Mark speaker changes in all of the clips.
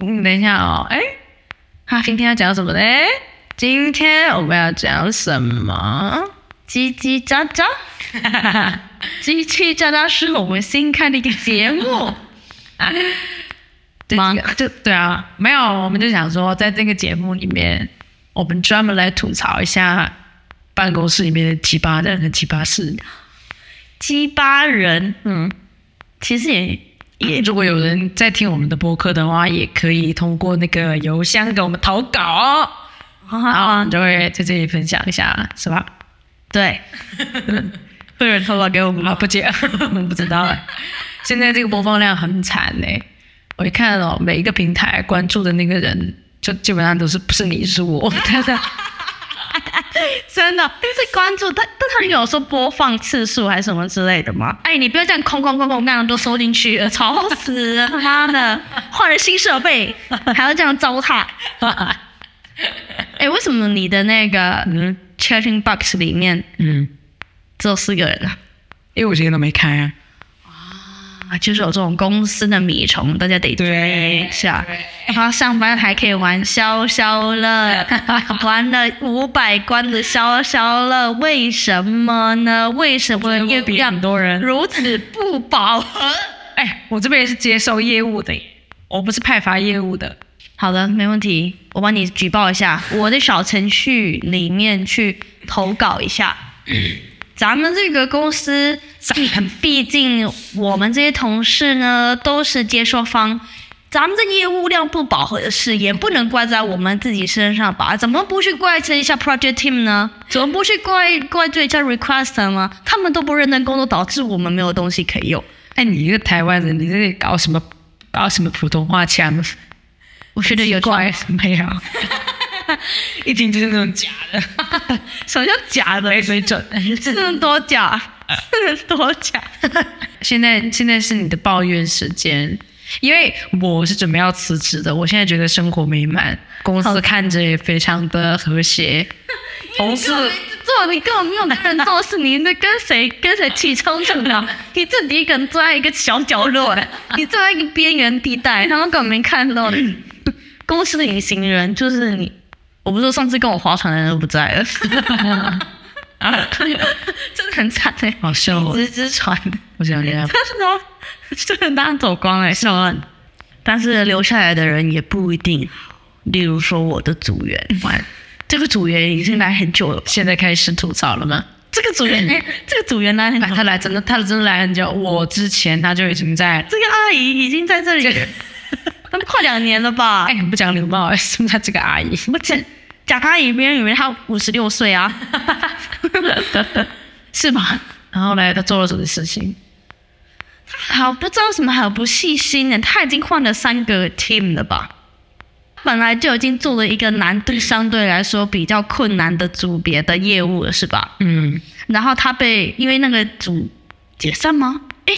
Speaker 1: 嗯，等一下哦，哎，好，今天要讲什么呢？今天我们要讲什么？叽叽喳喳， 叽叽喳喳是我们新开的一个节目。忙就对啊，没有，我们就想说，在这个节目里面，我们专门来吐槽一下办公室里面的奇葩人和奇葩事。
Speaker 2: 鸡巴人
Speaker 1: 嗯，
Speaker 2: 其实也
Speaker 1: 也如果有人在听我们的播客的话，也可以通过那个邮箱给我们投稿，然后我
Speaker 2: 啊
Speaker 1: 们，就会在这里分享一下，是吧？
Speaker 2: 对，
Speaker 1: 会有人投稿给我们吗？不接， 我们不知道哎。现在这个播放量很惨嘞、我一看哦，每一个平台关注的那个人，就基本上都是不是你是 我， 他的
Speaker 2: 真的是关注，但但他有说播放次数还是什么之类的吗？哎，你不要这样空空空空那样都收进去了， 吵死了，妈的，换了新设备 还要这样糟蹋。哎，为什么你的那个
Speaker 1: 啊嗯
Speaker 2: chatting box 里面
Speaker 1: 嗯，
Speaker 2: 只有四个人啊？
Speaker 1: 因为我今天都没开啊。
Speaker 2: 啊，就是有这种公司的米虫，大家得
Speaker 1: 对
Speaker 2: 追一下。然后上班还可以玩消消乐， 玩了五百关的消消乐，为什么呢？为什么月
Speaker 1: 比很
Speaker 2: 亮
Speaker 1: 多人，
Speaker 2: 如此不饱和？
Speaker 1: 哎，我这边也是接收业务的耶，我不是派发业务的。
Speaker 2: 好的，没问题，我帮你举报一下，我的小程序里面去投稿一 下。咱们这个公司，毕毕竟我们这些同事呢都是接收方，咱们这业务量不饱和的事，也不能怪在我们自己身上吧？怎么不去怪罪一下 project team 呢？怎么不去怪怪罪一下 request 呢？他们都不认真工作，导致我们没有东西可以用。
Speaker 1: 哎，你一个台湾人，你这里搞什么搞什么普通话腔？
Speaker 2: 我觉得有
Speaker 1: 奇怪没有？ 一听就是那种假的，
Speaker 2: 什么叫假的？
Speaker 1: 没水准。
Speaker 2: 四人多假，
Speaker 1: 哎
Speaker 2: 四人多假。
Speaker 1: 现在现在是你的抱怨时间，因为我是准备要辞职的，我现在觉得生活美满，公司看着也非常的和谐， 同事
Speaker 2: 做你根本没有跟人做事，你那跟谁跟谁起冲突 呢？你自己一个人坐在一个小角落，哎你坐在一个边缘地带，他们根本没看 到你。公司的隐形人就是你，我不是说上次跟我划船的人都不在 了， 真的很惨哎、
Speaker 1: 啊好笑哦，
Speaker 2: 只只船，
Speaker 1: 我想 想，
Speaker 2: 真的哦真的当然走光哎、笑烂。但是留下来的人也不一定，例如说我的组员，这个组员已经来很久了吧。
Speaker 1: 现在开始吐槽了吗？
Speaker 2: 这个组员，哎这个组员来很
Speaker 1: 哎，
Speaker 2: 久，
Speaker 1: 他来真的，他真的来很久，我之前他就已经在，
Speaker 2: 这个阿姨已经在这里，他们快两年了吧？
Speaker 1: 哎，很不讲礼貌，哎是不是他这个阿 姨？
Speaker 2: 我讲讲阿姨，别人以为她五十六岁啊， 是吧？
Speaker 1: 然后呢，他做了什么事情？
Speaker 2: 好，不知道什么好不细心的，他已经换了三个 team 了吧？本来就已经做了一个难度相对来说比较困难的组别的业务了，是吧？
Speaker 1: 嗯，
Speaker 2: 然后他被因为那个组解散吗？哎，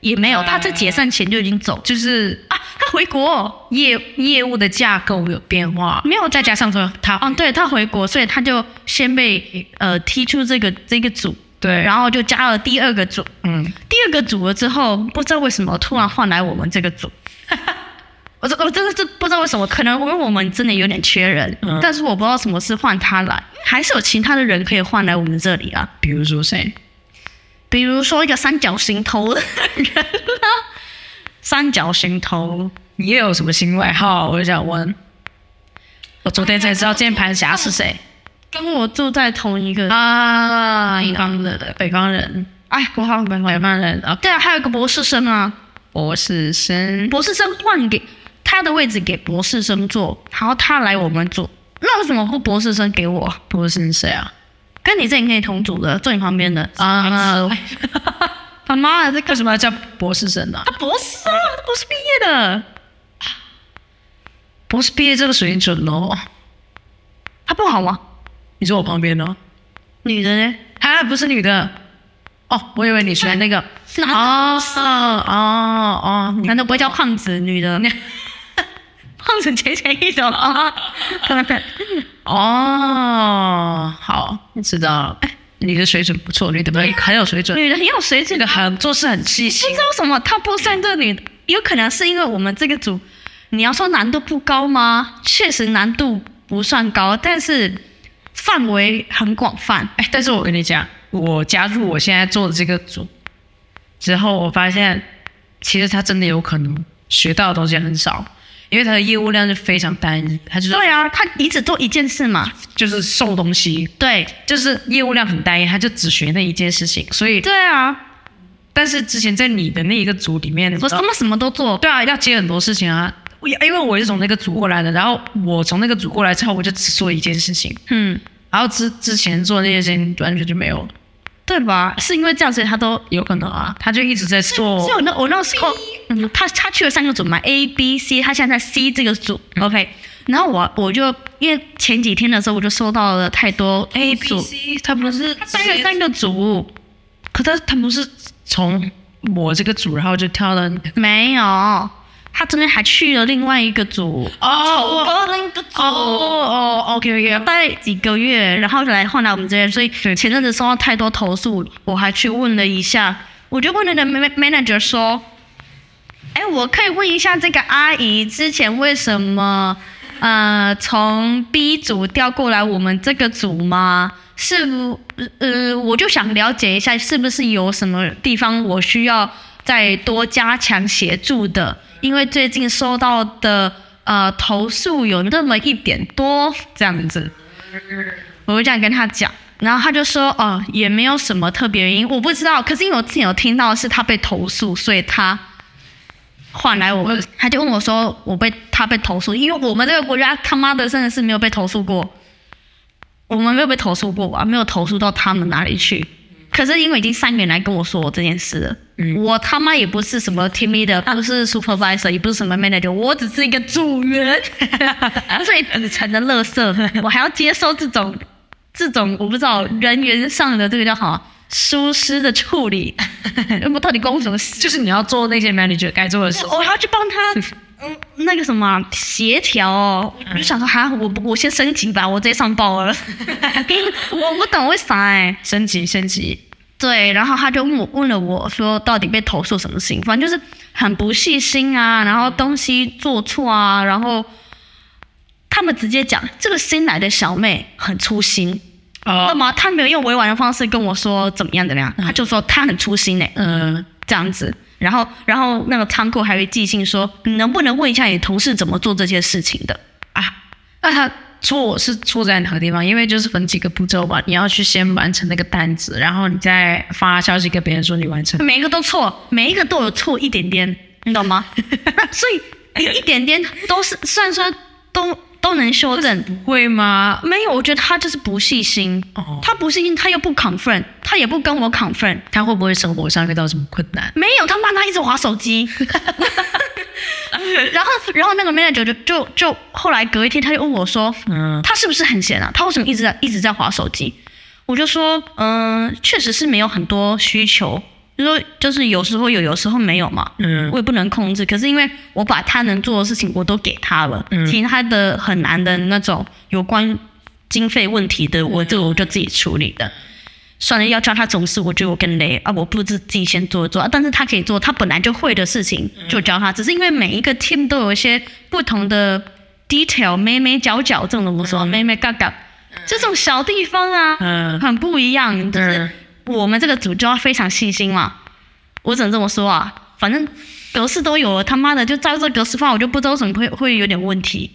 Speaker 2: 也没有，他在解散前就已经走
Speaker 1: 就是
Speaker 2: 啊，他回国
Speaker 1: 业业务的架构有变化，
Speaker 2: 没有在
Speaker 1: 再加上说他，
Speaker 2: 嗯，对他回国，所以他就先被呃踢出这个这个组，
Speaker 1: 对，
Speaker 2: 然后就加了第二个组。
Speaker 1: 嗯，
Speaker 2: 第二个组了之后，不知道为什么突然换来我们这个组。 我这我真的是不知道为什么，可能因为我们真的有点缺人，
Speaker 1: 嗯
Speaker 2: 但是我不知道什么是换他来，还是有其他的人可以换来我们这里啊。
Speaker 1: 比如说谁？
Speaker 2: 比如说一个三角形头的人啊， 三角形头，
Speaker 1: 你又有什么新外号？我就想问。我昨天才知道键盘侠是谁
Speaker 2: 跟我住在同一个
Speaker 1: 啊？北方人，北方人，
Speaker 2: 哎，我好像没
Speaker 1: 北方人啊！
Speaker 2: 对啊，还有一个博士生啊，
Speaker 1: 博士生，
Speaker 2: 博士生换给他的位置给博士生坐，然后他来我们组。那为什么不博士生给我？
Speaker 1: 博士生谁啊？
Speaker 2: 跟你这里可以同组的，坐你旁边的
Speaker 1: 啊
Speaker 2: 哎他妈的，这个
Speaker 1: 为什么要叫博士生呢、
Speaker 2: 他博士啊，他博士毕业 的，
Speaker 1: 博士毕业这个水准哦。
Speaker 2: 他不好吗？
Speaker 1: 你坐我旁边呢？
Speaker 2: 女的呢？
Speaker 1: 啊，不是女的。哦，我以为你选那个。
Speaker 2: 是男的，
Speaker 1: 哦哦哦，你
Speaker 2: 啊男的不会叫胖子，女的 胖子浅浅一种 啊，
Speaker 1: 哦，好，知道了。哎你的水准不错，你的很很有水准，
Speaker 2: 女的很有水
Speaker 1: 这
Speaker 2: 准
Speaker 1: 个
Speaker 2: 的。
Speaker 1: 很做事很细
Speaker 2: 不
Speaker 1: 心
Speaker 2: 知。道为什么他不算这个女的，有可能是因为我们这个组你要说难度不高吗？确实难度不算高，但是范围很广泛。
Speaker 1: 哎，但是我跟你讲，我加入我现在做的这个组之后，我发现其实他真的有可能学到的东西很少，因为他的业务量是非常单一，他就是
Speaker 2: 对啊，他你只做一件事嘛。
Speaker 1: 就是送东西，
Speaker 2: 对，
Speaker 1: 就是业务量很单一，他就只学那一件事情。所以，
Speaker 2: 对啊，
Speaker 1: 但是之前在你的那一个组里面，
Speaker 2: 我什么什么都做。
Speaker 1: 对啊，要接很多事情啊。我因为我是从那个组过来的，然后我从那个组过来之后，我就只做一件事情，
Speaker 2: 嗯，
Speaker 1: 然后之之前做那些事情完全就没有了，
Speaker 2: 对吧？是因为这样，所以他都
Speaker 1: 有可能啊，他就一直在做
Speaker 2: 所以我那我那时候，嗯，他他去了三个组嘛，A、B、C，他现在在 C 这个组、o
Speaker 1: 嗯
Speaker 2: k 然后我我就因为前几天的时候，我就收到了太多
Speaker 1: A B
Speaker 2: 组，
Speaker 1: C，他不是
Speaker 2: 他待了三个组，
Speaker 1: 可他他不是从我这个组，然后就跳到
Speaker 2: 没有，他中间还去了另外一个组，
Speaker 1: 哦
Speaker 2: 我另一个
Speaker 1: 哦哦，OK OK，
Speaker 2: 待几个月，然后来换来我们这边，所以前阵子收到太多投诉，我还去问了一下，我就问了那 man- manager 说，哎，我可以问一下这个阿姨之前为什么呃从 B 组调过来我们这个组吗？是不呃，我就想了解一下，是不是有什么地方我需要再多加强协助的？因为最近收到的呃投诉有那么一点多，这样子。我就这样跟他讲，然后他就说，哦，也没有什么特别原因，我不知道。可是因为我之前有听到是他被投诉，所以他换来我，他就问我说，我被他被投诉，因为我们这个国家他妈的真的是没有被投诉过，我们没有被投诉过吧，没有投诉到他们哪里去。可是因为已经三个人来跟我说我这件事了，
Speaker 1: 嗯
Speaker 2: 我他妈也不是什么 team leader，他不是 supervisor，也不是什么 manager，我只是一个组员，所以底层的垃圾，我还要接受这种这种我不知道人员上的这个叫什么疏失的处理， 我到底关我什么事？
Speaker 1: 就是你要做那些 manager 该做的事。
Speaker 2: 哦我还要去帮他，嗯，那个什么协调哦。我就想说，哈，我我先升级吧，我直接上报了。我不懂为啥哎、
Speaker 1: 升级升级，
Speaker 2: 对，然后他就问我问了我说，到底被投诉什么事情？反正就是很不细心啊，然后东西做错啊，然后他们直接讲这个新来的小妹很粗心，那
Speaker 1: 哦，
Speaker 2: 么他没有用委婉的方式跟我说怎么样怎么样，他就说他很粗心呢、
Speaker 1: 嗯，
Speaker 2: 这样子。然后，然后那个仓库还会寄信说，你能不能问一下你同事怎么做这些事情的？
Speaker 1: 啊，那他错是错在哪个地方？因为就是分几个步骤吧，你要去先完成那个单子，然后你再发消息给别人说你完成。
Speaker 2: 每一个都错，每一个都有错一点点，你懂吗？所以一点点都是，虽然说都都能修正，
Speaker 1: 会吗？
Speaker 2: 没有，我觉得他就是不细心。
Speaker 1: 哦，
Speaker 2: 他不细心，他又不 confirm，他也不跟我 confirm，
Speaker 1: 他会不会生活上遇到什么困难？
Speaker 2: 没有，他骂他一直划手机。然后，然后那个 manager 就就就后来隔一天，他就问我说，
Speaker 1: 嗯，
Speaker 2: 他是不是很闲啊？他为什么一直在一直在划手机？我就说，嗯、确实是没有很多需求，就说就是有时候有，有时候没有嘛。
Speaker 1: 嗯
Speaker 2: 我也不能控制，可是因为我把他能做的事情我都给他了，
Speaker 1: 嗯
Speaker 2: 其他的很难的那种有关经费问题的，我这个我就自己处理的。算了，要叫他总事，我觉得我更累啊！我不如自自己先做一做、啊，但是他可以做他本来就会的事情，就教他。只是因为每一个 team 都有一些不同的 detail，眉眉角角这种怎么说，眉眉角角，这种小地方啊，
Speaker 1: 嗯
Speaker 2: 很不一样。就是
Speaker 1: 嗯
Speaker 2: 我们这个组就要非常细心嘛。我只能这么说啊，反正格式都有了，他妈的就照这格式放，我就不知道为什么会会有点问题。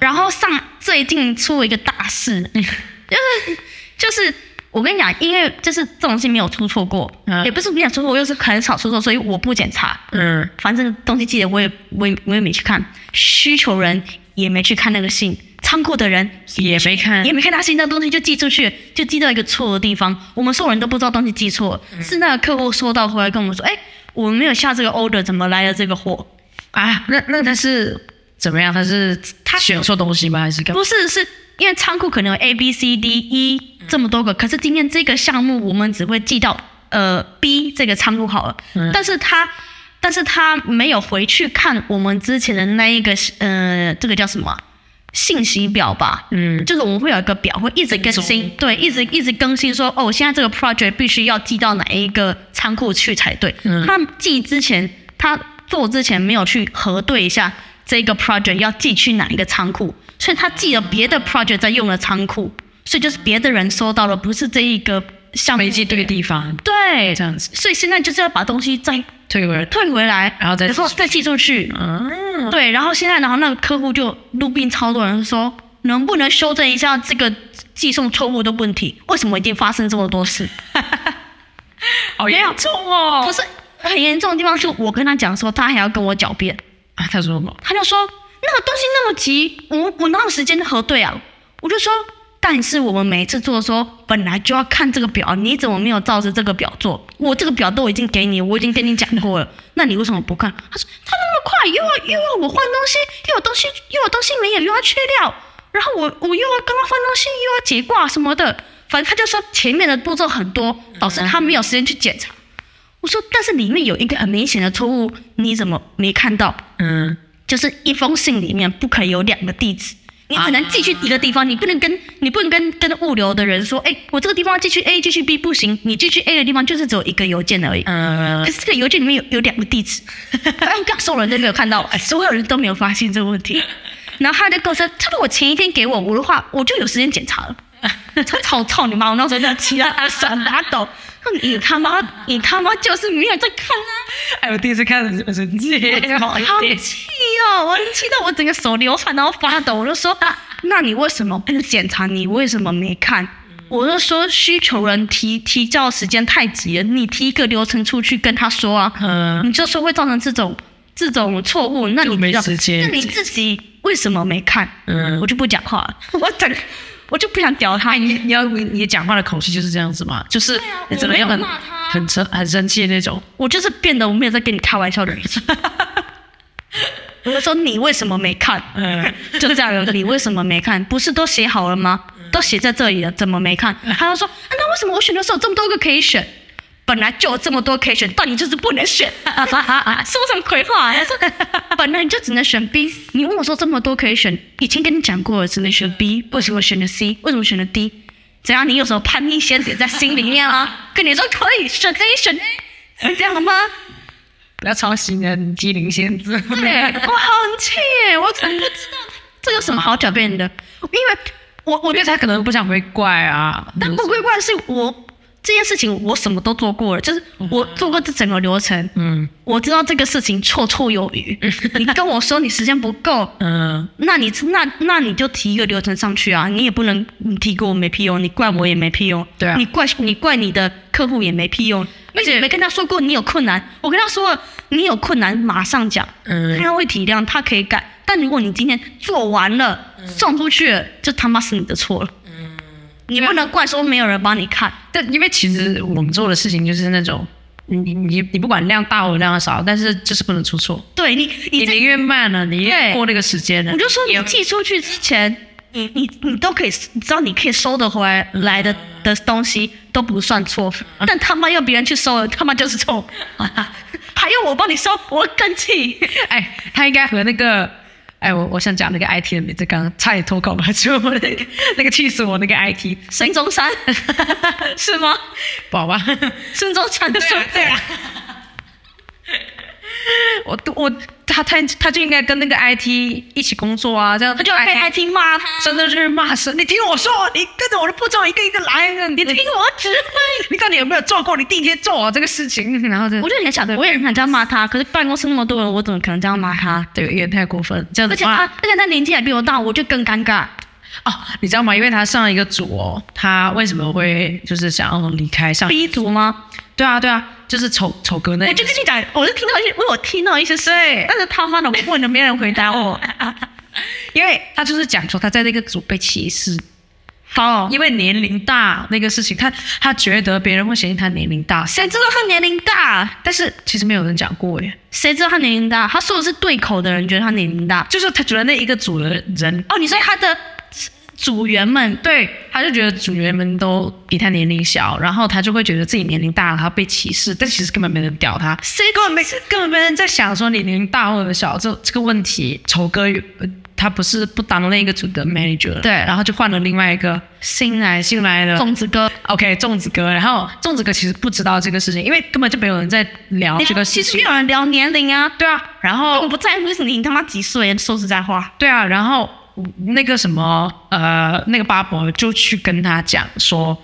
Speaker 2: 然后上最近出了一个大事， 就是就是我跟你讲，因为就是这种东西没有出错过，
Speaker 1: 嗯
Speaker 2: 也不是没有出错，又是很少出错，所以我不检查。
Speaker 1: 嗯，
Speaker 2: 反正东西寄的我也我也我也没去看，需求人也没去看那个信，仓库的人
Speaker 1: 也没看
Speaker 2: 也没看他信，那东西就寄出去，就寄到一个错的地方。我们所有人都不知道东西寄错了，
Speaker 1: 嗯
Speaker 2: 是那个客户收到回来跟我们说，哎，我们没有下这个 order，怎么来了这个货？
Speaker 1: 啊，那那他是怎么样？他是
Speaker 2: 他
Speaker 1: 选错东西吗？还是干嘛？
Speaker 2: 不是，是因为仓库可能有 A、B、C、D、E 这么多个，可是今天这个项目我们只会寄到呃 B 这个仓库好了，
Speaker 1: 嗯
Speaker 2: 但是他但是他没有回去看我们之前的那一个呃这个叫什么啊信息表吧，
Speaker 1: 嗯
Speaker 2: 就是我们会有一个表，会一直更新
Speaker 1: 跟，
Speaker 2: 对，一直一直更新说，哦，现在这个 project 必须要寄到哪一个仓库去才对。
Speaker 1: 嗯
Speaker 2: 他寄之前，他做之前没有去核对一下这个 project 要寄去哪一个仓库，所以他寄了别的 project 在用的仓库，所以就是别的人收到了，不是这一个项目
Speaker 1: 没寄对地方，
Speaker 2: 对
Speaker 1: 这，样子
Speaker 2: 所以现在就是要把东西再
Speaker 1: 退回来。
Speaker 2: 退回来，
Speaker 1: 然后再
Speaker 2: 然后再寄出去。
Speaker 1: 嗯，
Speaker 2: 对，然后现在，然后那个客户就入病超多人说，能不能修正一下这个寄送错误的问题？为什么一定发生这么多事？
Speaker 1: 好严重
Speaker 2: 可
Speaker 1: 哦。
Speaker 2: 是很严重的地方是我跟他讲说，他还要跟我狡辩，
Speaker 1: 啊，他说什么？
Speaker 2: 他就说那个东西那么急，我我哪有时间核对啊？我就说，但是我们每一次做的时候，本来就要看这个表，你怎么没有照着这个表做？我这个表都已经给你，我已经跟你讲过了，那你为什么不看？他说他那么快，又要又要我换东西，又有东西又有东西没有，又要去掉，然后我我又要刚刚换东西，又要解挂什么的，反正他就说前面的步骤很多，导致他没有时间去检查。我说，但是里面有一个很明显的错误，你怎么没看到？
Speaker 1: 嗯，
Speaker 2: 就是一封信里面不可以有两个地址，你只能寄去一个地方，你不能跟你不能跟跟物流的人说，哎、我这个地方要寄去 A，寄去 B 不行，你寄去 A 的地方就是只有一个邮件而已。
Speaker 1: 嗯
Speaker 2: 可，是这个邮件里面有有两个地址，哎，刚所有人都没有看到，哎，所有人都没有发现这个问题。然后他就跟我说，他如果前一天给我，我的话我就有时间检查了。操操操你妈！我那时候在气他，傻拉倒。你他妈，你他妈就是没有在看啊！
Speaker 1: 哎，我第一次看的时候生气，
Speaker 2: 好 气哦！我气到我整个手流汗，然后发抖。我就说：“那你为什么不检查？你为什么没看？”我就说：“需求人提提交时间太急了，你提一个流程出去跟他说啊，
Speaker 1: 嗯，
Speaker 2: 你就说会造成这种这种错误。那你
Speaker 1: 就没
Speaker 2: 知道
Speaker 1: 时间
Speaker 2: 那你自己为什么没看？
Speaker 1: 嗯
Speaker 2: 我就不讲话了，我整个我就不想屌他。
Speaker 1: 你你要你你讲话的口气就是这样子嘛，就是
Speaker 2: 对啊
Speaker 1: 你怎么样
Speaker 2: 我
Speaker 1: 很
Speaker 2: 没有骂他
Speaker 1: 很生很生气的那种。
Speaker 2: 我就是变得我没有在跟你开玩笑的 人。我就说你为什么没看？
Speaker 1: 嗯，
Speaker 2: 就这样，你为什么没看？不是都写好了吗？都写在这里了，怎么没看？他就说、啊那为什么我选的时候有这么多个可以选？本来就有这么多可以选，但你就是不能选， 说什么鬼话、他说，本来你就只能选 B，你问我说这么多可以选，以前跟你讲过了，只能选 B，为什么选的 C？为什么选的 D？怎样？你有什么叛逆先写在心里面啊？跟你说可以选 A 选 A，是这样吗？
Speaker 1: 不要操心啊，你机灵先知。
Speaker 2: 对，我很气耶，我真不知道这有什么好狡辩的，因为我我
Speaker 1: 我觉得他可能不想被怪啊，
Speaker 2: 但不归怪是我这件事情，我什么都做过了，就是我做过这整个流程，
Speaker 1: 嗯
Speaker 2: 我知道这个事情绰绰有余。你跟我说你时间不够，
Speaker 1: 嗯，
Speaker 2: 那你那那你就提一个流程上去啊，你也不能你提给我没屁用，你怪我也没屁用，
Speaker 1: 对啊
Speaker 2: 你怪你怪你的客户也没屁用，而且没跟他说过你有困难，我跟他说了你有困难马上讲，
Speaker 1: 嗯
Speaker 2: 他会体谅，他可以改，但如果你今天做完了送出去了，就他妈是你的错了，你不能怪说没有人帮你看，
Speaker 1: 但因为其实我们做的事情就是那种，你你你你不管量大或量少，但是就是不能出错。
Speaker 2: 对你
Speaker 1: 你
Speaker 2: 你这
Speaker 1: 宁愿慢了，你宁愿
Speaker 2: 对
Speaker 1: 过那个时间了
Speaker 2: 我。就说你寄出去之前，你你你都可以，你知道你可以收得回来来的的东西都不算错，但他妈要别人去收了，他妈就是错，还要我帮你收，我更气。
Speaker 1: 哎，他应该和那个，哎，我我想讲那个 IT 的名字，刚刚差点脱口而出， 那个那个气死我那个 IT，
Speaker 2: 孙中山 是吗？
Speaker 1: 宝 吧。
Speaker 2: 孙中山的孙子
Speaker 1: 对啊我我他他他就应该跟那个 IT 一起工作啊，这样
Speaker 2: 他就被 IT 骂他，
Speaker 1: 真的就是骂声。你听我说，你跟着我的步骤一个一个来，啊你听
Speaker 2: 听我指挥。
Speaker 1: 你到底有没有做过？你第一天做这个事情，然后就
Speaker 2: 我就很想，我也很想这样骂他，可是办公室那么多人，我怎么可能这样骂他？
Speaker 1: 对，有点太过分，这样
Speaker 2: 而
Speaker 1: 子
Speaker 2: 且
Speaker 1: 骂
Speaker 2: 他，而且他年纪还比我大，我就更尴尬。
Speaker 1: 哦，你知道吗？因为他上一个组哦，他为什么会就是想要离开上？
Speaker 2: B 组吗？
Speaker 1: 对啊，对啊，就是丑丑哥嗯那
Speaker 2: 我就跟你讲，我是听到一些，我有听到一些声音，但是他妈的，我问了没人回 答我。
Speaker 1: 因为他就是讲说他在那个组被歧视，
Speaker 2: 好，
Speaker 1: 因为年龄大那个事情，他他觉得别人会嫌弃他年龄大，
Speaker 2: 谁知道他年龄大？
Speaker 1: 但是其实没有人讲过耶，
Speaker 2: 谁知道他年龄大？他说的是对口的人觉得他年龄大。
Speaker 1: 就是他觉得那一个组的人，
Speaker 2: 哦，你说他的组员们
Speaker 1: 对，他就觉得组员们都比他年龄小，然后他就会觉得自己年龄大了，他被歧视，但其实根本没人屌他，
Speaker 2: 谁跟我没
Speaker 1: 根本没人在想说你年龄大或者小这这个问题。丑哥有他不是不当那个组的 manager，
Speaker 2: 对
Speaker 1: 然后就换了另外一个
Speaker 2: 新来
Speaker 1: 新来的
Speaker 2: 粽子哥，
Speaker 1: OK 粽子哥，然后粽子哥其实不知道这个事情，因为根本就没有人在聊哦这个
Speaker 2: 哎其
Speaker 1: 事
Speaker 2: 实
Speaker 1: 情
Speaker 2: 没。有人聊年龄啊，
Speaker 1: 对啊，
Speaker 2: 然后我不在乎是你他妈几岁，说实在话，
Speaker 1: 对啊，然后那个什么呃，那个八婆就去跟他讲说，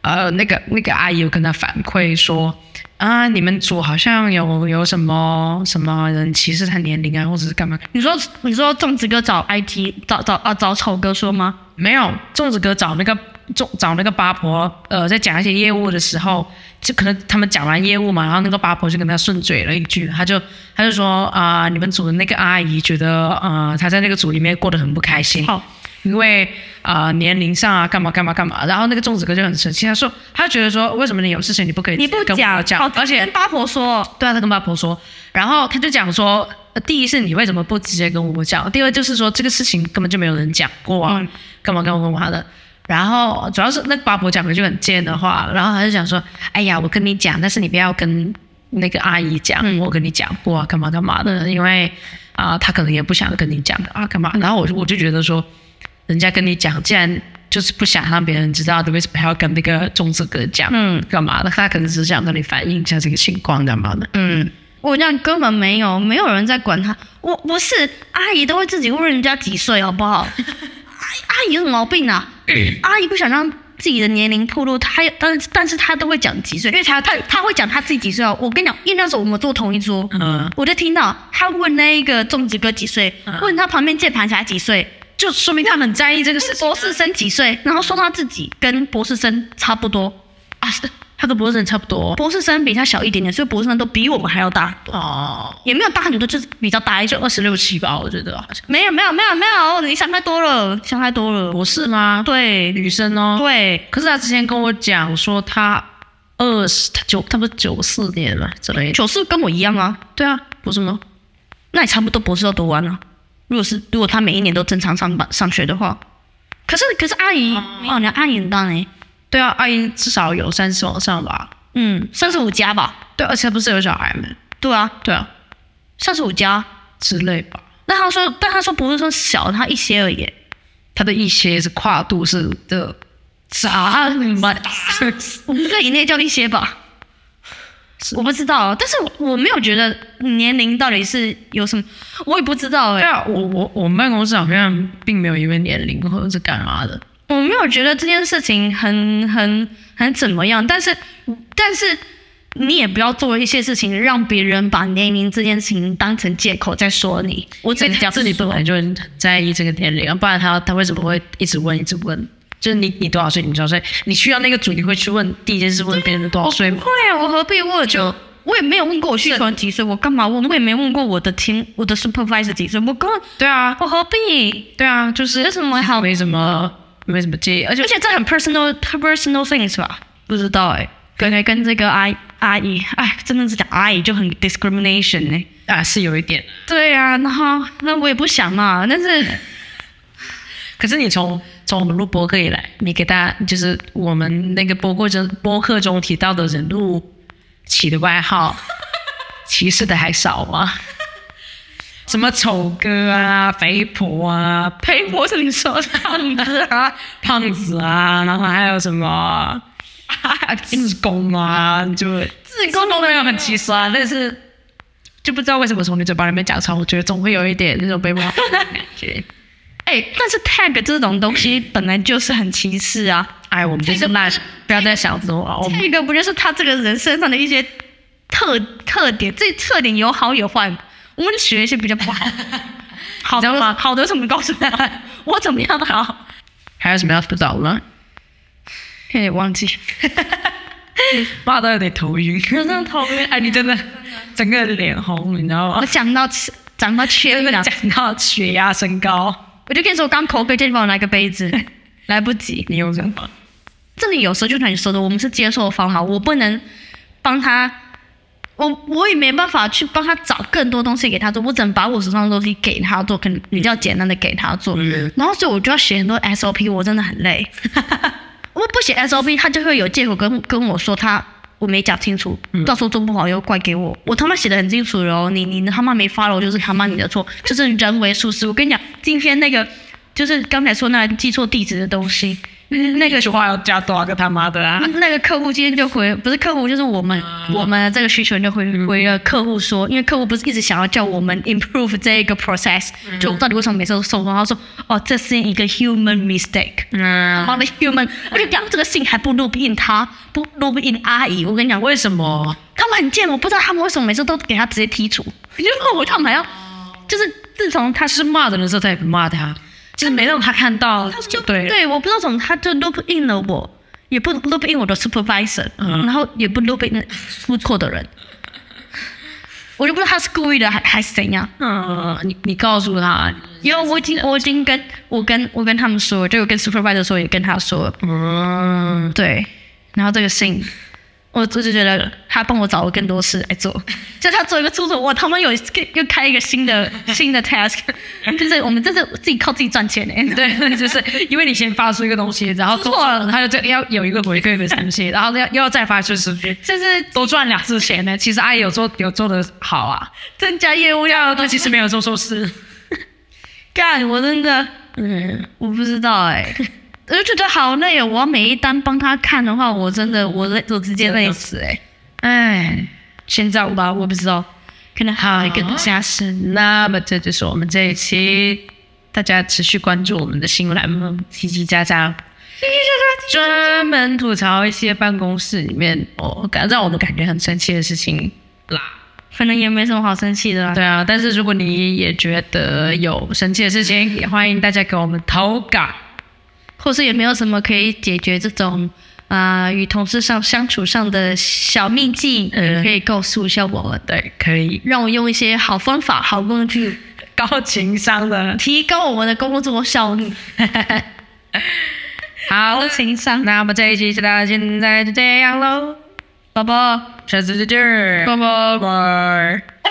Speaker 1: 呃，那个那个阿姨有跟他反馈说，啊，你们组好像有有什么什么人歧视他年龄啊，或者是干嘛？
Speaker 2: 你说你说粽子哥找 IT 找找啊找丑哥说吗？
Speaker 1: 没有，粽子哥找那个粽找那个八婆，呃，在讲一些业务的时候，就可能他们讲完业务嘛，然后那个八婆就跟他顺嘴了一句，他就他就说啊、你们组的那个阿姨觉得啊，她在那个组里面过得很不开心。
Speaker 2: 好，
Speaker 1: 因为啊、年龄上啊干嘛干嘛干嘛，然后那个粽子哥就很生气，他说他觉得说为什么你有事情你不可以
Speaker 2: 你不
Speaker 1: 跟我
Speaker 2: 讲
Speaker 1: 讲，
Speaker 2: 哦
Speaker 1: 而且
Speaker 2: 跟八婆说，
Speaker 1: 对啊，他跟八婆说，然后他就讲说，呃第一是你为什么不直接跟我讲？第二就是说这个事情根本就没有人讲过啊，
Speaker 2: 嗯
Speaker 1: 干嘛干嘛干嘛的。然后主要是那个八婆讲了一句很贱的话，然后他就讲说，哎呀，我跟你讲，但是你不要跟那个阿姨讲，
Speaker 2: 嗯
Speaker 1: 我跟你讲过啊，干嘛干嘛的，因为啊、她可能也不想跟你讲啊，干嘛。然后我就我就觉得说，人家跟你讲，既然就是不想让别人知道，你为什么还要跟那个粽子哥讲？
Speaker 2: 嗯
Speaker 1: 干嘛的？他可能只是想跟你反映一下这个情况，干嘛的？
Speaker 2: 嗯，我这样根本没有没有人在管他，我不是阿姨都会自己问人家几岁好不好？阿阿姨有什么毛病啊？阿姨不想让自己的年龄暴露，她但是但是她都会讲几岁，因为她她她会讲她自己几岁哦。我跟你讲，因为那时候我们坐同一桌，
Speaker 1: 嗯，
Speaker 2: 我就听到他问那一个粽子哥几岁，
Speaker 1: 嗯
Speaker 2: 问他旁边键盘侠几岁，
Speaker 1: 就说明他们很在意这个事情。
Speaker 2: 博士生几岁，然后说他自己跟博士生差不多啊，是
Speaker 1: 他跟博士生差不多
Speaker 2: 博士生比他小一点点，所以博士生都比我们还要大很多，
Speaker 1: 哦，
Speaker 2: 也没有大很多，就是比较大一
Speaker 1: 就
Speaker 2: 点。
Speaker 1: 二十六七吧，我觉得好像
Speaker 2: 没有没有没有没有，你想太多了，想太多了。
Speaker 1: 博士吗？
Speaker 2: 对
Speaker 1: 女生哦。
Speaker 2: 对，
Speaker 1: 可是他之前跟我讲说他二十，他九，他不是九四年嘛之类的。
Speaker 2: 九四跟我一样啊，
Speaker 1: 对啊，不是吗？
Speaker 2: 那也差不多博士都读完了。如果是如果他每一年都正常上班上学的话，可是可是阿姨哦，你的阿姨很大呢，
Speaker 1: 对啊，阿英至少有三十往上吧。
Speaker 2: 嗯，三十五加吧，
Speaker 1: 对，而且他不是有小孩吗？
Speaker 2: 对啊，
Speaker 1: 对啊，
Speaker 2: 三十五加。
Speaker 1: 之类吧。
Speaker 2: 那他说，但他说不是说小他一些而已，
Speaker 1: 他的一些是跨度是的，啥你妈？
Speaker 2: 五个以内叫一些吧。我不知道，但是我我没有觉得年龄到底是有什么，我也不知道哎、
Speaker 1: 对啊，我我我们办公室好像并没有因为年龄或者是干嘛的。
Speaker 2: 我没有觉得这件事情很很很怎么样，但是但是你也不要做一些事情让别人把年龄这件事情当成借口在说你。我只
Speaker 1: 这
Speaker 2: 能
Speaker 1: 讲
Speaker 2: 讲
Speaker 1: 自己本来就很在意这个年龄，不然他他为什么会一直问一直问？就是你你多少岁？你多少岁？你去到那个组，你会去问第一件事问别人多少岁吗？
Speaker 2: 会啊，我何必问？就我也没有问过我去团几岁，我干嘛问？我也没问过我的 team 我的 supervisor 几岁，我根本
Speaker 1: 对啊，
Speaker 2: 我哦何必？
Speaker 1: 对啊，就是
Speaker 2: 有什么好？
Speaker 1: 没什么没什么介意，而且
Speaker 2: 而且这很 personal personal things 吧？不知道哎、感觉跟这个阿阿姨，哎，真的是讲阿姨就很 discrimination 哎、
Speaker 1: 啊是有一点。
Speaker 2: 对呀、啊，然后那我也不想嘛，但是
Speaker 1: 可是你从从我们录播客以来，你给大家就是我们那个播客中播客中提到的人物起的外号，歧视的还少吗？什么丑哥啊、肥婆啊、
Speaker 2: 陪我是你说的，
Speaker 1: 胖子啊，胖子啊，然后还有什么 自宫啊，就自宫都没有很歧视啊，但是就不知道为什么从你嘴巴里面讲出来，我觉得总会有一点那种被冒犯的感觉。
Speaker 2: 哎、但是 tag 这种东西本来就是很歧视啊
Speaker 1: 哎，我们就是烂，不要再想着我了，我们
Speaker 2: ，tag 不就是他这个人身上的一些特特点？这特点有好有坏，我们学一些比较不好。 好
Speaker 1: 你知道吗
Speaker 2: 的，好的，怎么告诉 我？我怎么样的好？
Speaker 1: 还有什么要不懂吗？
Speaker 2: 有点忘记。
Speaker 1: 骂到有点头 晕，真的头晕。哎，你真的整个脸红，你知道吗
Speaker 2: 我？讲到吃，哦讲到缺
Speaker 1: 真的
Speaker 2: 氧，
Speaker 1: 讲到血压升高，
Speaker 2: 我就跟你说，我刚口渴，叫你帮我拿个杯 子，来不及。
Speaker 1: 你用什么？
Speaker 2: 这里有时候就像你说的，我们是接受方法，我不能帮他，我我也没办法去帮他找更多东西给他做，我只能把我手上的东西给他做，可能比较简单的给他做。
Speaker 1: 嗯
Speaker 2: 然后所以我就要写很多 SOP，我真的很累。我不写 SOP，他就会有借口跟跟我说他我没讲清楚，到时候做不好又怪给我。我他妈写的很清楚了哦，你你他妈没发了，就是他妈你的错，就是人为疏失。我跟你讲，今天那个就是刚才说那记错地址的东西，那个
Speaker 1: 句话要加多少个他妈的啊！
Speaker 2: 那个客户今天就回，不是客户，就是我们、我们这个需求人就回回了客户说，因为客户不是一直想要叫我们 improve 这一个 process，、就我到底为什么每次都送错？他说哦，这是一个 human mistake，
Speaker 1: 嗯，
Speaker 2: 妈的 human，而且刚这个信还不录音他，不录音阿姨，我跟你讲，
Speaker 1: 为什么？
Speaker 2: 他们很贱，我不知道他们为什么每次都给他直接剔除，因为我他们还要，就是自从他
Speaker 1: 他是骂的人的时候，他也不骂他，就是没让他看到
Speaker 2: 他
Speaker 1: 就
Speaker 2: 就
Speaker 1: 对了。
Speaker 2: 对，我不知道怎么他就 loop in 了我，也不 loop in 我的 supervisor，、
Speaker 1: 嗯
Speaker 2: 然后也不 loop in 出错的人，我就不知道他是故意的还还是怎样。
Speaker 1: 嗯，你你告诉他，
Speaker 2: 因为我已经我已经跟我跟我跟他们说，就我跟 supervisor 说，也跟他说了，
Speaker 1: 嗯，
Speaker 2: 对。然后这个信，我我就觉得他帮我找了更多事来做，就他做一个出错，我他妈有又开一个新的新的 task，就是我们这是自己靠自己赚钱哎、
Speaker 1: 对，就是因为你先发出一个东西，然后做错了，他就这要有一个回馈的东 西，然后要又要再发出时间，
Speaker 2: 就是
Speaker 1: 多赚两次钱呢。其实阿姨有做有做的好啊，
Speaker 2: 增加业务量，
Speaker 1: 但其实没有做错事。
Speaker 2: 干，我真的，嗯，我不知道哎、 我就觉得好累哦。我要每一单帮他看的话，我真的我累，我直接累死哎、
Speaker 1: 哎，
Speaker 2: 现在吧，我不知道，可能还有一个加深。
Speaker 1: 那么这就是我们这一期，大家持续关注我们的新栏目“叽叽喳喳”，专门吐槽一些办公室里面哦感让我们感觉很生气的事情啦。
Speaker 2: 反正也没什么好生气的啦。
Speaker 1: 对啊，但是如果你也觉得有生气的事情，也欢迎大家给我们投稿。
Speaker 2: 或是有没有什么可以解决这种啊、与同事上相处上的小秘技，
Speaker 1: 嗯
Speaker 2: 可以告诉一下我们，
Speaker 1: 对，可以
Speaker 2: 让我用一些好方法、好工具，
Speaker 1: 高情商的。
Speaker 2: 提高我们的工作效率。
Speaker 1: 好，情商。那么这一期就到现在就这样喽，宝宝，下次再见，拜拜拜。